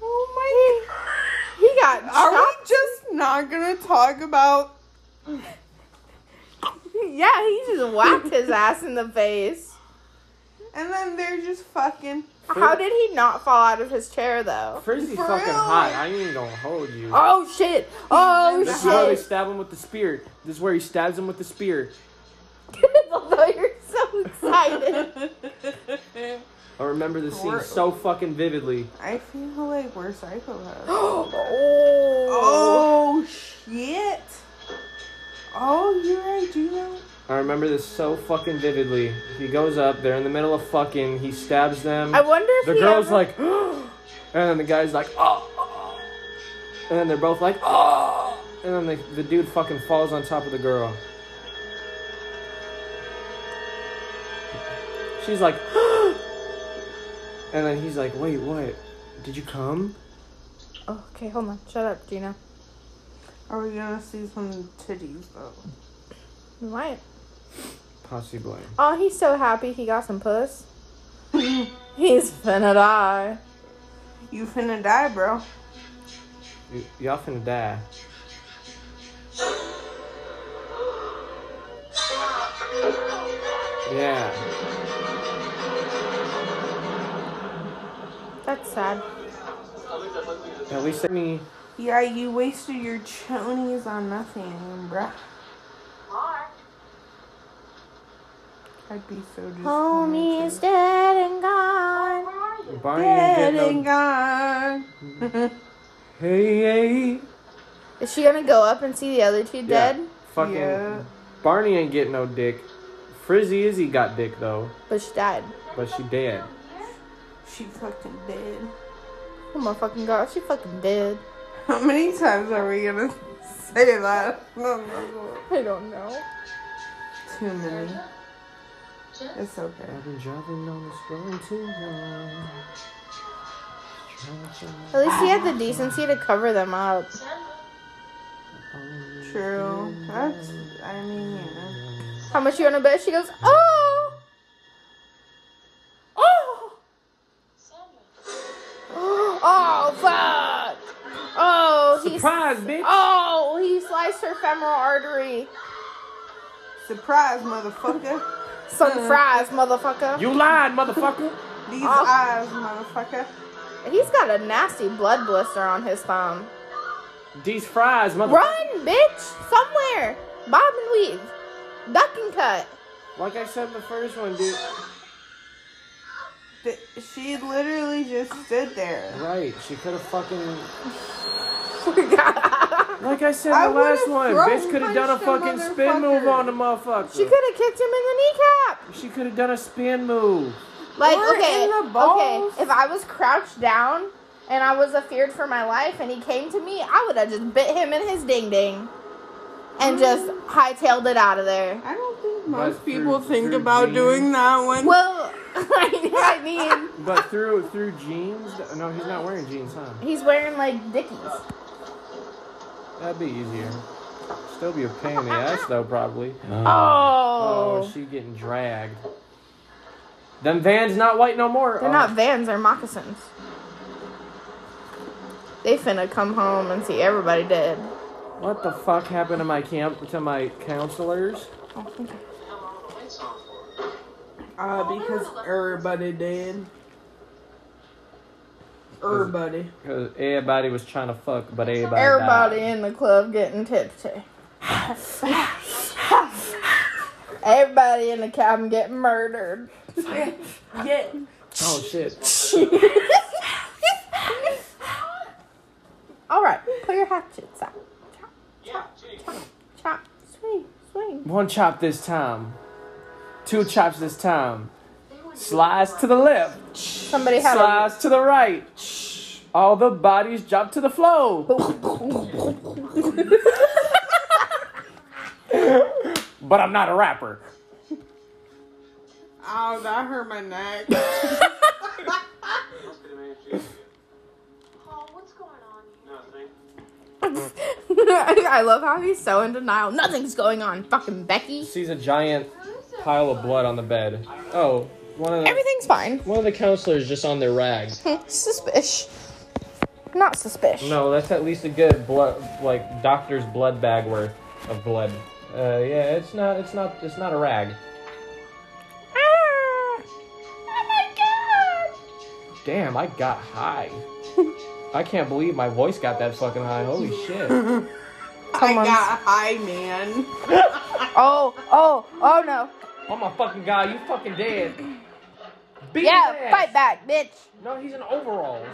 oh my. He got Are we chopped. just not gonna talk about? Yeah, he just whacked his ass in the face. And then they're just fucking. How did he not fall out of his chair though? Frizzy For fucking real? hot. I ain't even gonna hold you. Oh shit. Oh this is where they shit. stab him with the spear. This is where he stabs him with the spear. Although you're so excited. I remember the scene We're- so fucking vividly. I feel like we're psychopaths. oh. Oh shit! Oh, you're right, Juno. I remember this so fucking vividly. He goes up, they're in the middle of fucking, he stabs them. I wonder if the he girl's ever- like, and then the guy's like, oh, oh. and then they're both like, oh, and then the, the dude fucking falls on top of the girl. She's like, and then he's like, wait, what? Did you come? Oh, okay, hold on. Shut up, Gina. Are we gonna see some titties though? You might. Possibly. Oh, he's so happy he got some puss. he's finna die. You finna die, bro. Y- y'all finna die. Yeah. That's sad. At least let me. Yeah, you wasted your chonies on nothing, bruh. Mark, I'd be so disappointed. Homie's dead and where gone. are you? Barney Dead didn't get and no. gone. Hey, hey. Is she gonna go up and see the other two Yeah, dead? Fucking. Yeah. Barney ain't get no dick. Frizzy Izzy got dick though, But she died. but she dead. she fucking dead. Oh my fucking god, she fucking dead. How many times are we gonna say that? I don't know. Too many. It's okay. I've been driving on this road too long. Trying to find At least he had the decency to cover them up. all you. True. That's. I mean, yeah. How much you wanna bet? She goes, oh! Oh! Oh, fuck! Oh, he's. Surprise, bitch. Oh, he sliced her femoral artery. Surprise, motherfucker. Uh-huh. Some fries, motherfucker. You lied, motherfucker. These Oh. eyes, motherfucker. He's got a nasty blood blister on his thumb. These fries, motherfucker. Run, bitch! Somewhere! Bob and weave. Duck and cut. Like I said in the first one, dude. Th- She literally just stood there. Right, she could have fucking. Oh she Like I said I in the last would've one, thrown bitch could have done a punched the fucking spin motherfucker. move on the motherfucker. could have kicked him in the kneecap. She could have done a spin move. Like, Or okay, in the balls. okay. If I was crouched down and I was afeared for my life, and he came to me, I would have just bit him in his ding ding, and just hightailed it out of there. I don't think most But people through- think through about jeans. doing that one. Well, I mean. But through through jeans, no, he's not wearing jeans, huh? He's wearing like Dickies. That'd be easier. Still be a pain in the ass though, probably. Oh, Oh, she getting dragged. Them Vans not white no more. they're Oh, not Vans, they're moccasins. They finna come home and see everybody dead. Oh, What the fuck happened to my camp to my counselors? Come on, the lights on for it. Uh, because everybody did. Everybody. Cause everybody was trying to fuck, but everybody. died. Everybody in the club getting tipsy. everybody in the cabin getting murdered. Get Oh shit. All right, put your hatchets out. Chop, Yeah, gee. chop, swing, swing. One chop this time. Two chops this time. Slice to the left. Somebody had a. Slice to the right. All the bodies drop to the floor. but I'm not a rapper. Ow, Oh, that hurt my neck. Must be the main issue. Paul, what's going on here? Nothing. I love how he's so in denial. Nothing's going on. Fucking Becky. Sees a giant pile of blood on the bed. Oh, one of the Everything's fine. one of the counselors just on their rags. Suspish. Not suspish. No, that's at least a good blood like doctor's blood bag worth of blood. Uh, yeah, it's not it's not it's not a rag. Ah! Oh my god! Damn, I got high. I can't believe my voice got that fucking high. Holy shit. Oh I on. got high, man. Oh, oh, oh no. Oh my fucking god, you fucking dead. Beat his Yeah, ass. fight back, bitch. No, he's in overalls.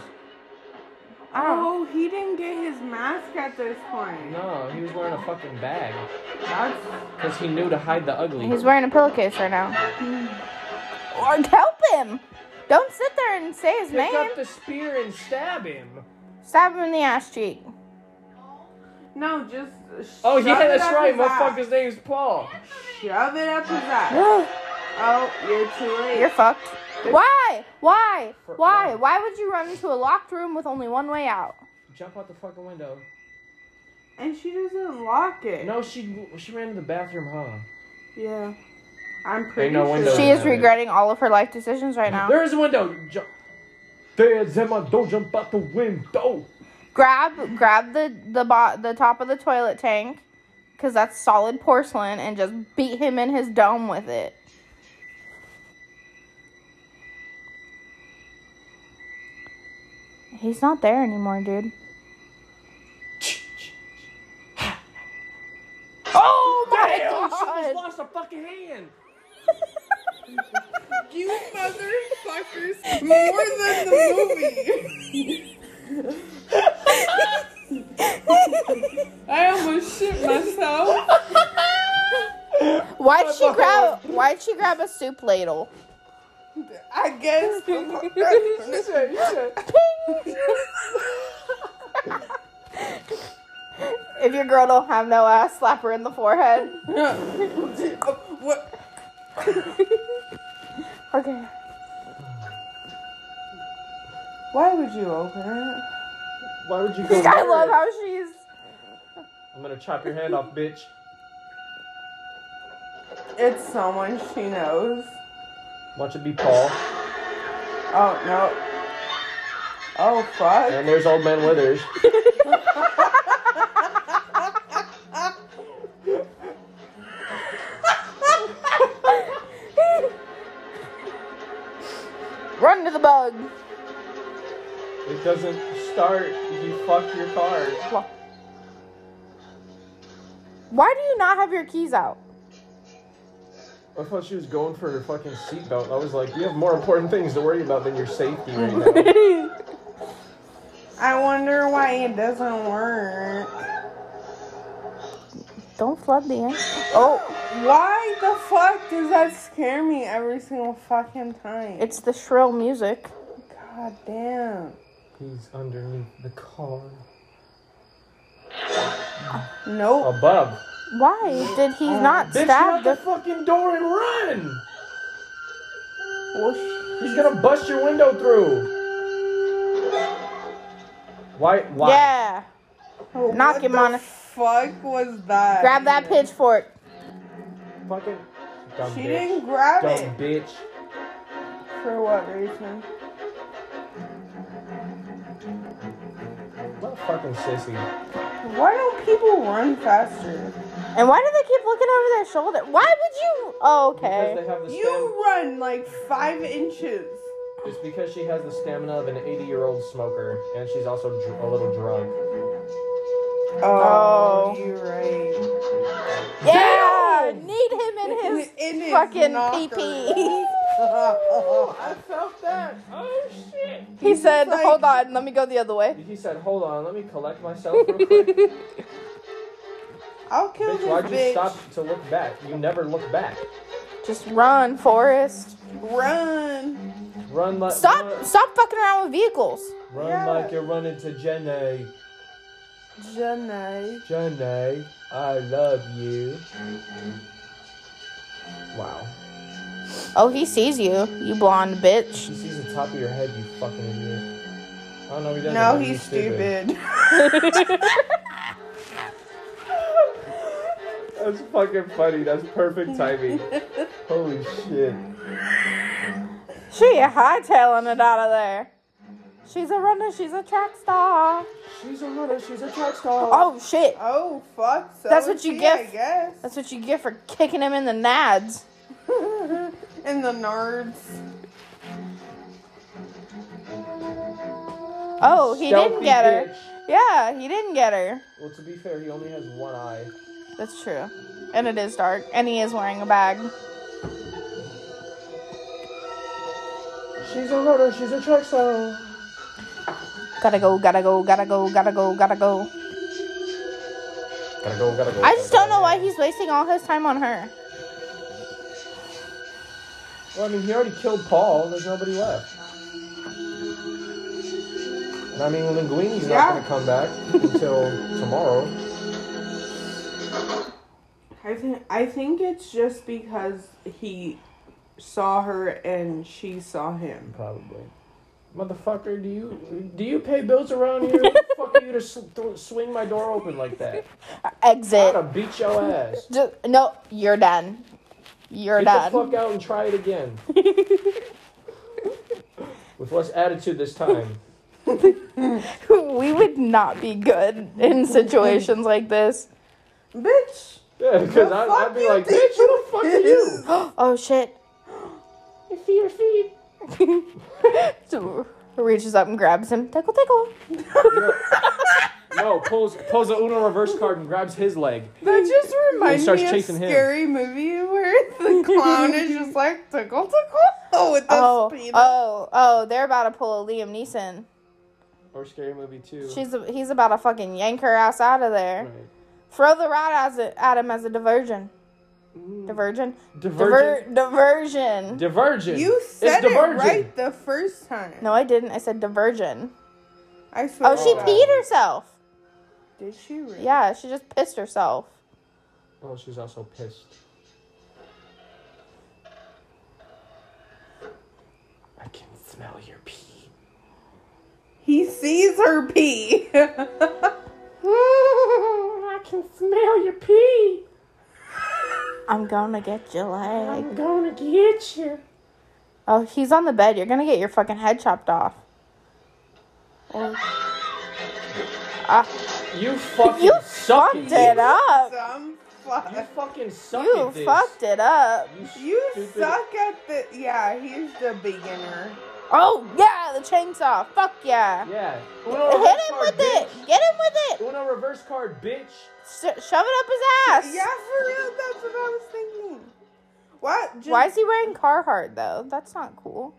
I don't. Oh, he didn't get his mask at this point. No, he was wearing a fucking bag. That's Because he knew to hide the ugly. He's wearing a pillowcase right now. Or help him. Don't sit there and say his Pick name. up the spear and stab him. Stab him in the ass cheek. no, just. Oh, shove yeah, it that's up right. his ass. Motherfucker's name's Paul. Shove it up his ass. You're Oh, you're too late. fucked. Why? Why? For- Why? why? Why would you run into a locked room with only one way out? Jump out the fucking window. and she doesn't lock it. No, she she ran to the bathroom, huh? Yeah. I'm pretty no sure. windows. She is Yeah. regretting all of her life decisions right now. There is a window. Jump. There's Emma. Don't jump out the window. Grab, grab the the bo- the top of the toilet tank, cause that's solid porcelain, and just beat him in his dome with it. He's not there anymore, dude. Oh my God. She just lost a fucking hand. You motherfuckers. More than the movie. I almost shit myself. Why'd she grab? Why'd she grab a soup ladle? I guess. If your girl don't have no ass, slap her in the forehead. what? Okay. Why would you open it? Why would you go? I near love it? how she's. I'm gonna chop your hand off, bitch. It's someone she knows. Watch it be Paul. Oh no. Oh fuck. And there's Old Man Withers. Run to the bug. It doesn't start. You fuck your car. Why do you not have your keys out? I thought she was going for her fucking seatbelt. I was like, you have more important things to worry about than your safety right now. I wonder why it doesn't work. Don't flood the air. Oh, Why the fuck does that scare me every single fucking time? it's the shrill music. god damn. He's underneath the car. Oh. Nope. Above. Why did he not Bitch, stab lock the the? fucking door and run! Well, sh- He's gonna bust your window through. Why? Why? Yeah. oh, Knock what him the on it. Fuck was that? Grab that pitchfork. Fucking dumb She bitch. didn't grab dumb it. bitch. For what reason? What a fucking sissy. Why don't people run faster? And why do they keep looking over their shoulder? Why would you? Oh, Because okay. they have the You run like five inches. stam- it's because she has the stamina of an 80 year old smoker, and she's also dr- a little drunk. Oh. you're right. Yeah, need him in his In his fucking knocker. PP. Oh, I felt that. Oh shit! He said, like- "Hold on, let me go the other way." He said, "Hold on, let me collect myself real quick." bitch, I'll kill this why'd you bitch. stop to look back? You never look back. Just run, Forrest. Run. Run like Stop! Stop fucking around with vehicles. Run, run Yeah. like you're running to Jenny. Janai. Jenny, I love you. Wow. Oh, he sees you, you blonde bitch. She sees the top of your head, you fucking idiot. Oh no, he doesn't. No, he's stupid. That's fucking funny. That's perfect timing. Holy shit. She hightailing it out of there. She's a runner. She's a track star. She's a runner. She's a track star. Oh shit! oh fuck. So That's what is you he, get. I guess. That's what you get for kicking him in the nads. and the nerds. Oh, he didn't Stealthy get her. bitch. Yeah, he didn't get her. Well, to be fair, he only has one eye. That's true. And it is dark. And he is wearing a bag. She's a runner. She's a track star. Gotta go, gotta go, gotta go, gotta go, gotta go. Gotta go, gotta go. I just don't know why he's wasting all his time on her. Well, I mean, he already killed Paul. There's nobody left. And I mean, Linguini's Yeah. not going to come back until tomorrow. I think I think it's just because he saw her and she saw him. Probably. Motherfucker, do you do you pay bills around here? Who the fuck are you to s th- swing my door open like that? I'm Exit. gonna beat your ass. Just, no, you're done. You're Get the done. fuck out and try it again. With less attitude this time. we would not be good in situations like this. Bitch. Yeah, because The I, fuck I'd be you like, think bitch, who the fuck are you? Oh shit. I see your feet. So reaches up and grabs him. Tickle, tickle. No, no pulls pulls a Uno reverse card and grabs his leg. That just reminds starts me of chasing him. scary movie where the clown is just like tickle tickle with the Oh, speed. oh, oh, they're about to pull a Liam Neeson. Or scary movie two. She's he's about to fucking yank her ass out of there. right. Throw the rod as a, at him as a diversion. Mm. Divergent? Divergent. Diver, diversion. Divergent. You It's said it divergent. right the first time. no, I didn't. I said diversion. I swear. Oh, to she God. peed herself. Did she really? Yeah, she just pissed herself. Oh, she's also pissed. I can smell your pee. He sees her pee. I can smell your pee. I'm gonna get your leg. I'm gonna get you. Oh, he's on the bed. You're gonna get your fucking head chopped off. Oh. Ah, You fucking you suck fucked it up. Some fuck. You fucking suck You at this. fucked it up. You stupid- suck at the. Yeah, he's the beginner. Oh yeah, the chainsaw. Fuck yeah. Yeah. Hit him with it. Get him with it. Uno reverse card, bitch. Sh- shove it up his ass. Yeah, for real, that's what I was thinking. What? Just, Why is he wearing Carhartt though? That's not cool.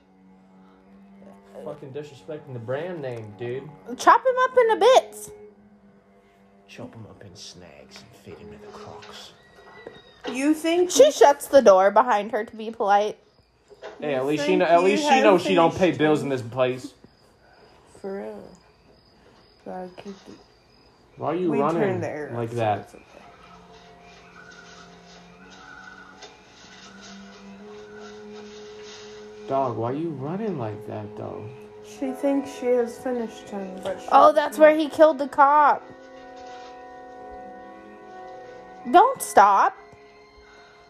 Fucking disrespecting the brand name, dude. Chop him up into bits. Chop him up in snags and feed him to the crocs. you think? She shuts the door behind her to be polite. Hey, at least she think know, at you least she have knows she don't pay finished bills in this place. For real. Gotta keep it- Why are you We running turned the arrow. like that? so it's okay. Dog, why are you running like that though? She thinks she has finished him, but she Oh, that's where he killed the cop. Don't stop.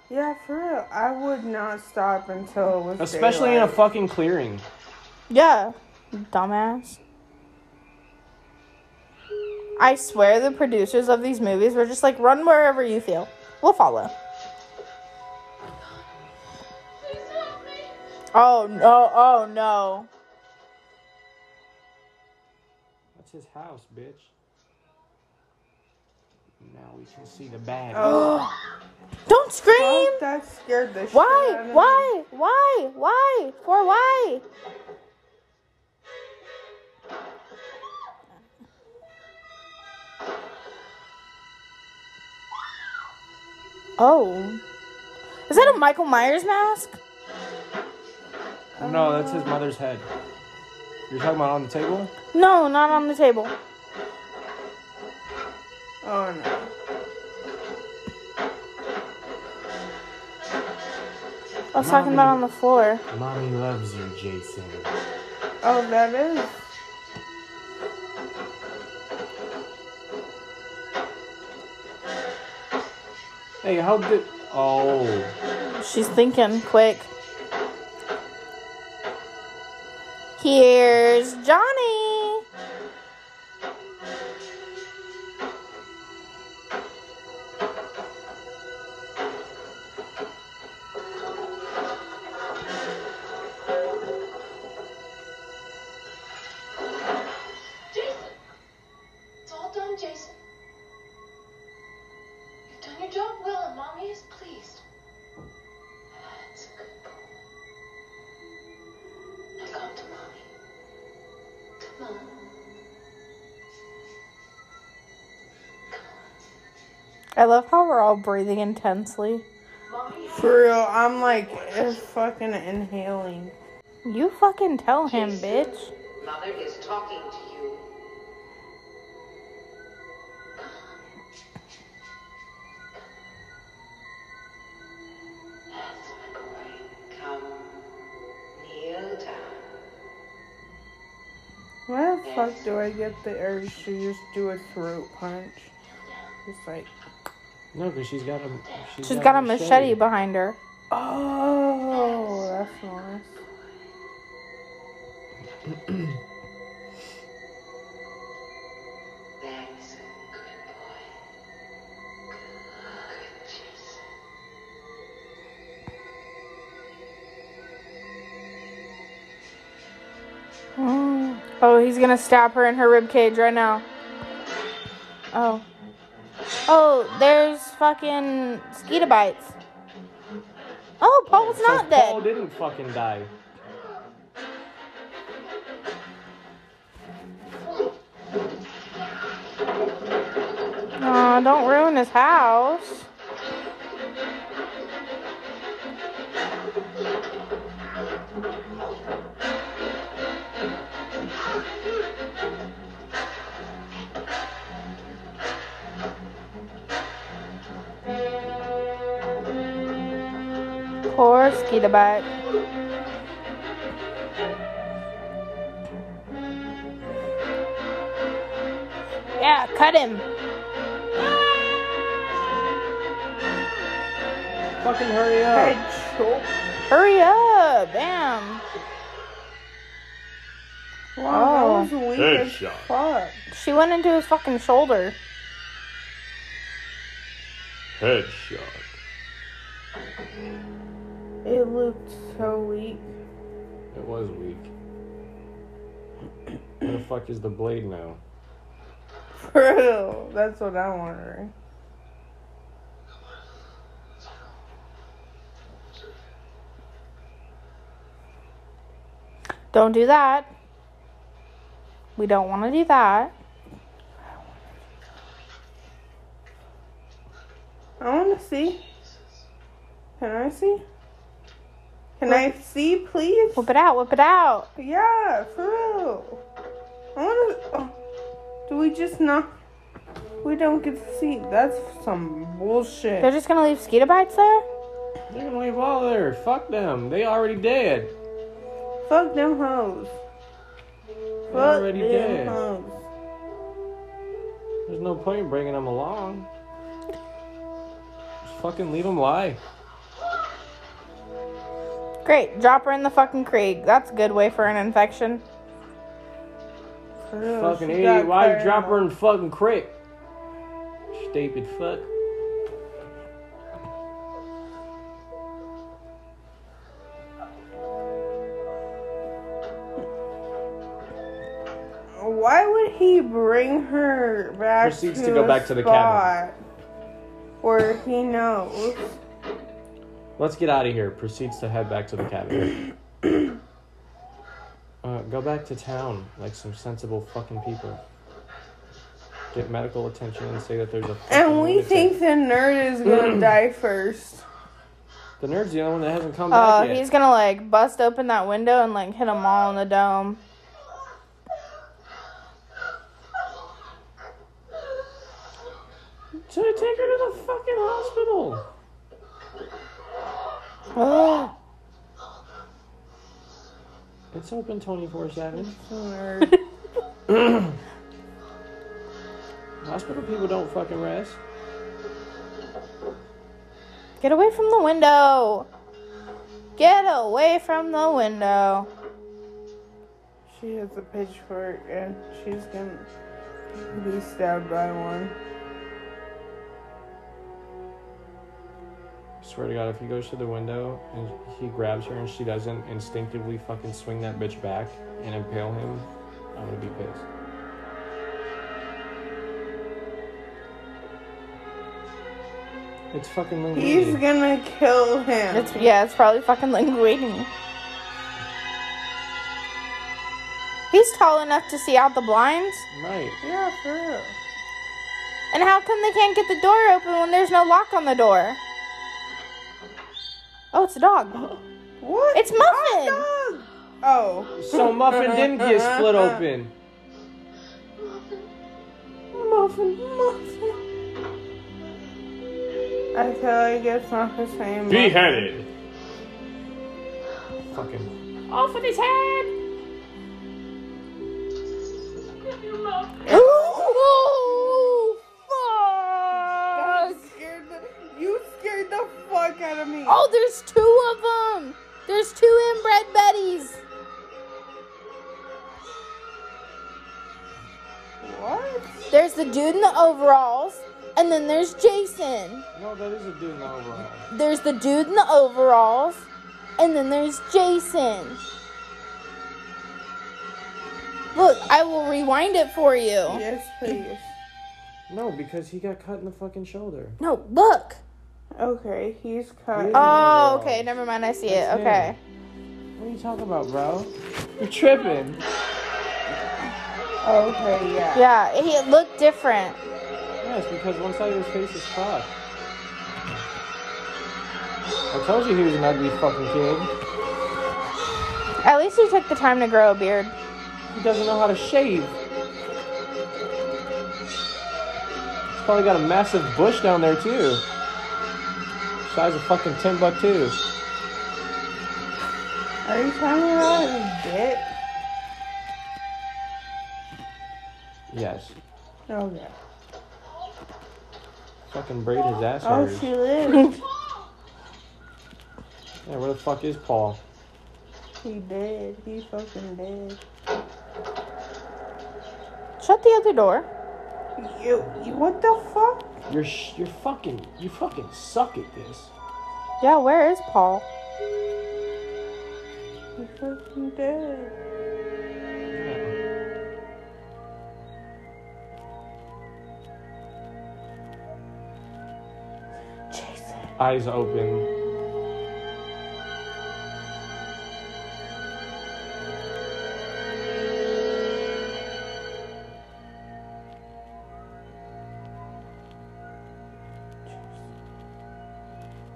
yeah, for real. I would not stop until it was Especially in a daylight. fucking clearing. Yeah, dumbass. I swear the producers of these movies were just like, run wherever you feel. We'll follow. Oh no, oh no. That's his house, bitch. Now we can see the bag. Oh, Don't scream! fuck, Oh, that scared the shit out of Why? me. Why? Why? Why? For why? Oh. Is that a Michael Myers mask? No, that's his mother's head. You're talking about on the table? No, not on the table. Oh no. I was talking about on the floor. Mommy loves you, Jason. Oh, that is. Hey, how did? Oh, She's thinking quick. Here's Johnny. Jason! It's all done, Jason. You've done your job well, and Mommy is pleased. That's a good boy. Now come to Mommy. Come on. I love how we're all breathing intensely. For real, I'm like it's fucking inhaling. You fucking tell him, bitch. Mother is talking to you. That's my boy. Come, kneel down. Why the fuck do I get the urge to just do a throat punch? It's like, No, because she's got a. She's, She's got a machete behind her. oh, that's nice. That's a good boy. Good Jason. Oh, he's gonna stab her in her rib cage right now. Oh. Oh, there's fucking mosquito bites. Oh, Paul's So not Paul dead. didn't fucking die. Aw, don't ruin his house. Poor mosquito bite. Yeah, cut him. Fucking hurry up. Headshot. Hurry up! Bam! Wow, Oh. that was weak as fuck. She went into his fucking shoulder. Headshot. It looked so weak. It was weak. Where the fuck is the blade now? For real, that's what I'm wondering. Don't do that. We don't want to do that. I want to see. Can I see? Can I see, please? Whip it out! Whip it out! Yeah, for real. I want to. Oh, do we just not? We don't get to see. That's some bullshit. They're just gonna leave mosquito bites there. They're gonna leave all there. Fuck them. They already dead. Fuck them hoes. Fuck already them dead. hoes. There's no point in bringing them along. Just fucking leave them lie. Great, drop her in the fucking creek. That's a good way for an infection. For real, Fucking she idiot. Oh, got Why you cut drop her out. in the fucking creek? Stupid fuck. Why would he bring her back? Proceeds to, to go a back to the spot cabin. Where he knows. Let's get out of here. Proceeds to head back to the cabin. uh, go back to town like some sensible fucking people. Get medical attention and say that there's a. fucking And we lunatic. think the nerd is gonna die first. the nerd's the only one that hasn't come Uh, back yet. he's gonna like bust open that window and like hit them all in the dome. Should I take her to the fucking hospital? Oh, It's open 24 7. Nerd. Hospital people don't fucking rest. get away from the window! Get away from the window! she has a pitchfork and she's gonna be stabbed by one. Swear to God, if he goes to the window and he grabs her and she doesn't instinctively fucking swing that bitch back and impale him, I'm gonna be pissed. It's fucking He's Linguini. gonna kill him. It's yeah, it's probably fucking linguini. He's tall enough to see out the blinds. Right. yeah, for real. And how come they can't get the door open when there's no lock on the door? Oh, it's a dog. What? It's Muffin! Oh, dog. oh. So Muffin didn't get split open. Muffin, muffin. I feel like it's not the same. Beheaded. Fucking. Ooh, That fuck. scared the- you scared the fuck out of me. Oh, there's two of them. There's two inbred Bettys. What? There's the dude in the overalls, and then there's Jason. No, that is a dude in the overall. There's the dude in the overalls, and then there's Jason. Look, I will rewind it for you. Yes, please. No, because he got cut in the fucking shoulder. No, look. Okay, he's cut. Yeah. Oh, okay. Never mind. I see it. That's Okay. What are you talking about, bro? You're tripping. Oh, Okay, yeah. Yeah, he it looked different. Yes, because one side of his face is fucked. I told you he was an ugly fucking kid. At least he took the time to grow a beard. He doesn't know how to shave. He's probably got a massive bush down there too. Size of fucking Timbuktu. Are you talking about his dick? Yes. Okay. Fucking braid his ass Oh, hairs. she lived. Yeah, where the fuck is Paul? he did. He fucking did. Shut the other door. You, you, what the fuck? You're sh- you're fucking you fucking suck at this. Yeah, where is Paul? He fucking did. Yeah. Jason. Eyes open.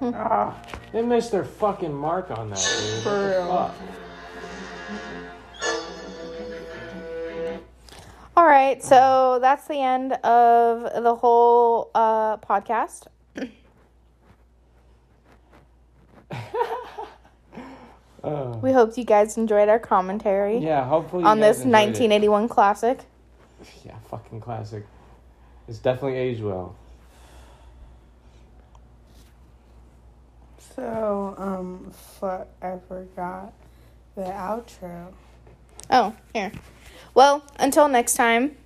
Ah, They missed their fucking mark on that. Dude. For What the real. fuck? All right, so that's the end of the whole uh, podcast. Oh. We hope you guys enjoyed our commentary Yeah, hopefully. you on guys this enjoyed it. 1981 classic. Yeah, fucking classic. It's definitely aged well. so, um, fuck, I forgot the outro. Oh, here. Well, until next time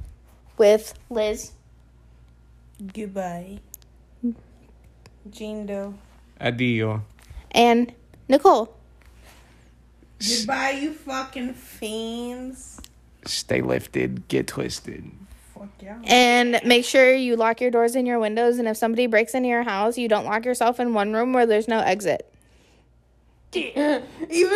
with Liz. Goodbye. Jean Doe. Adio. and Nicole. Goodbye, you fucking fiends. Stay lifted. Get twisted. Fuck yeah. And make sure you lock your doors and your windows. And if somebody breaks into your house, you don't lock yourself in one room where there's no exit. Even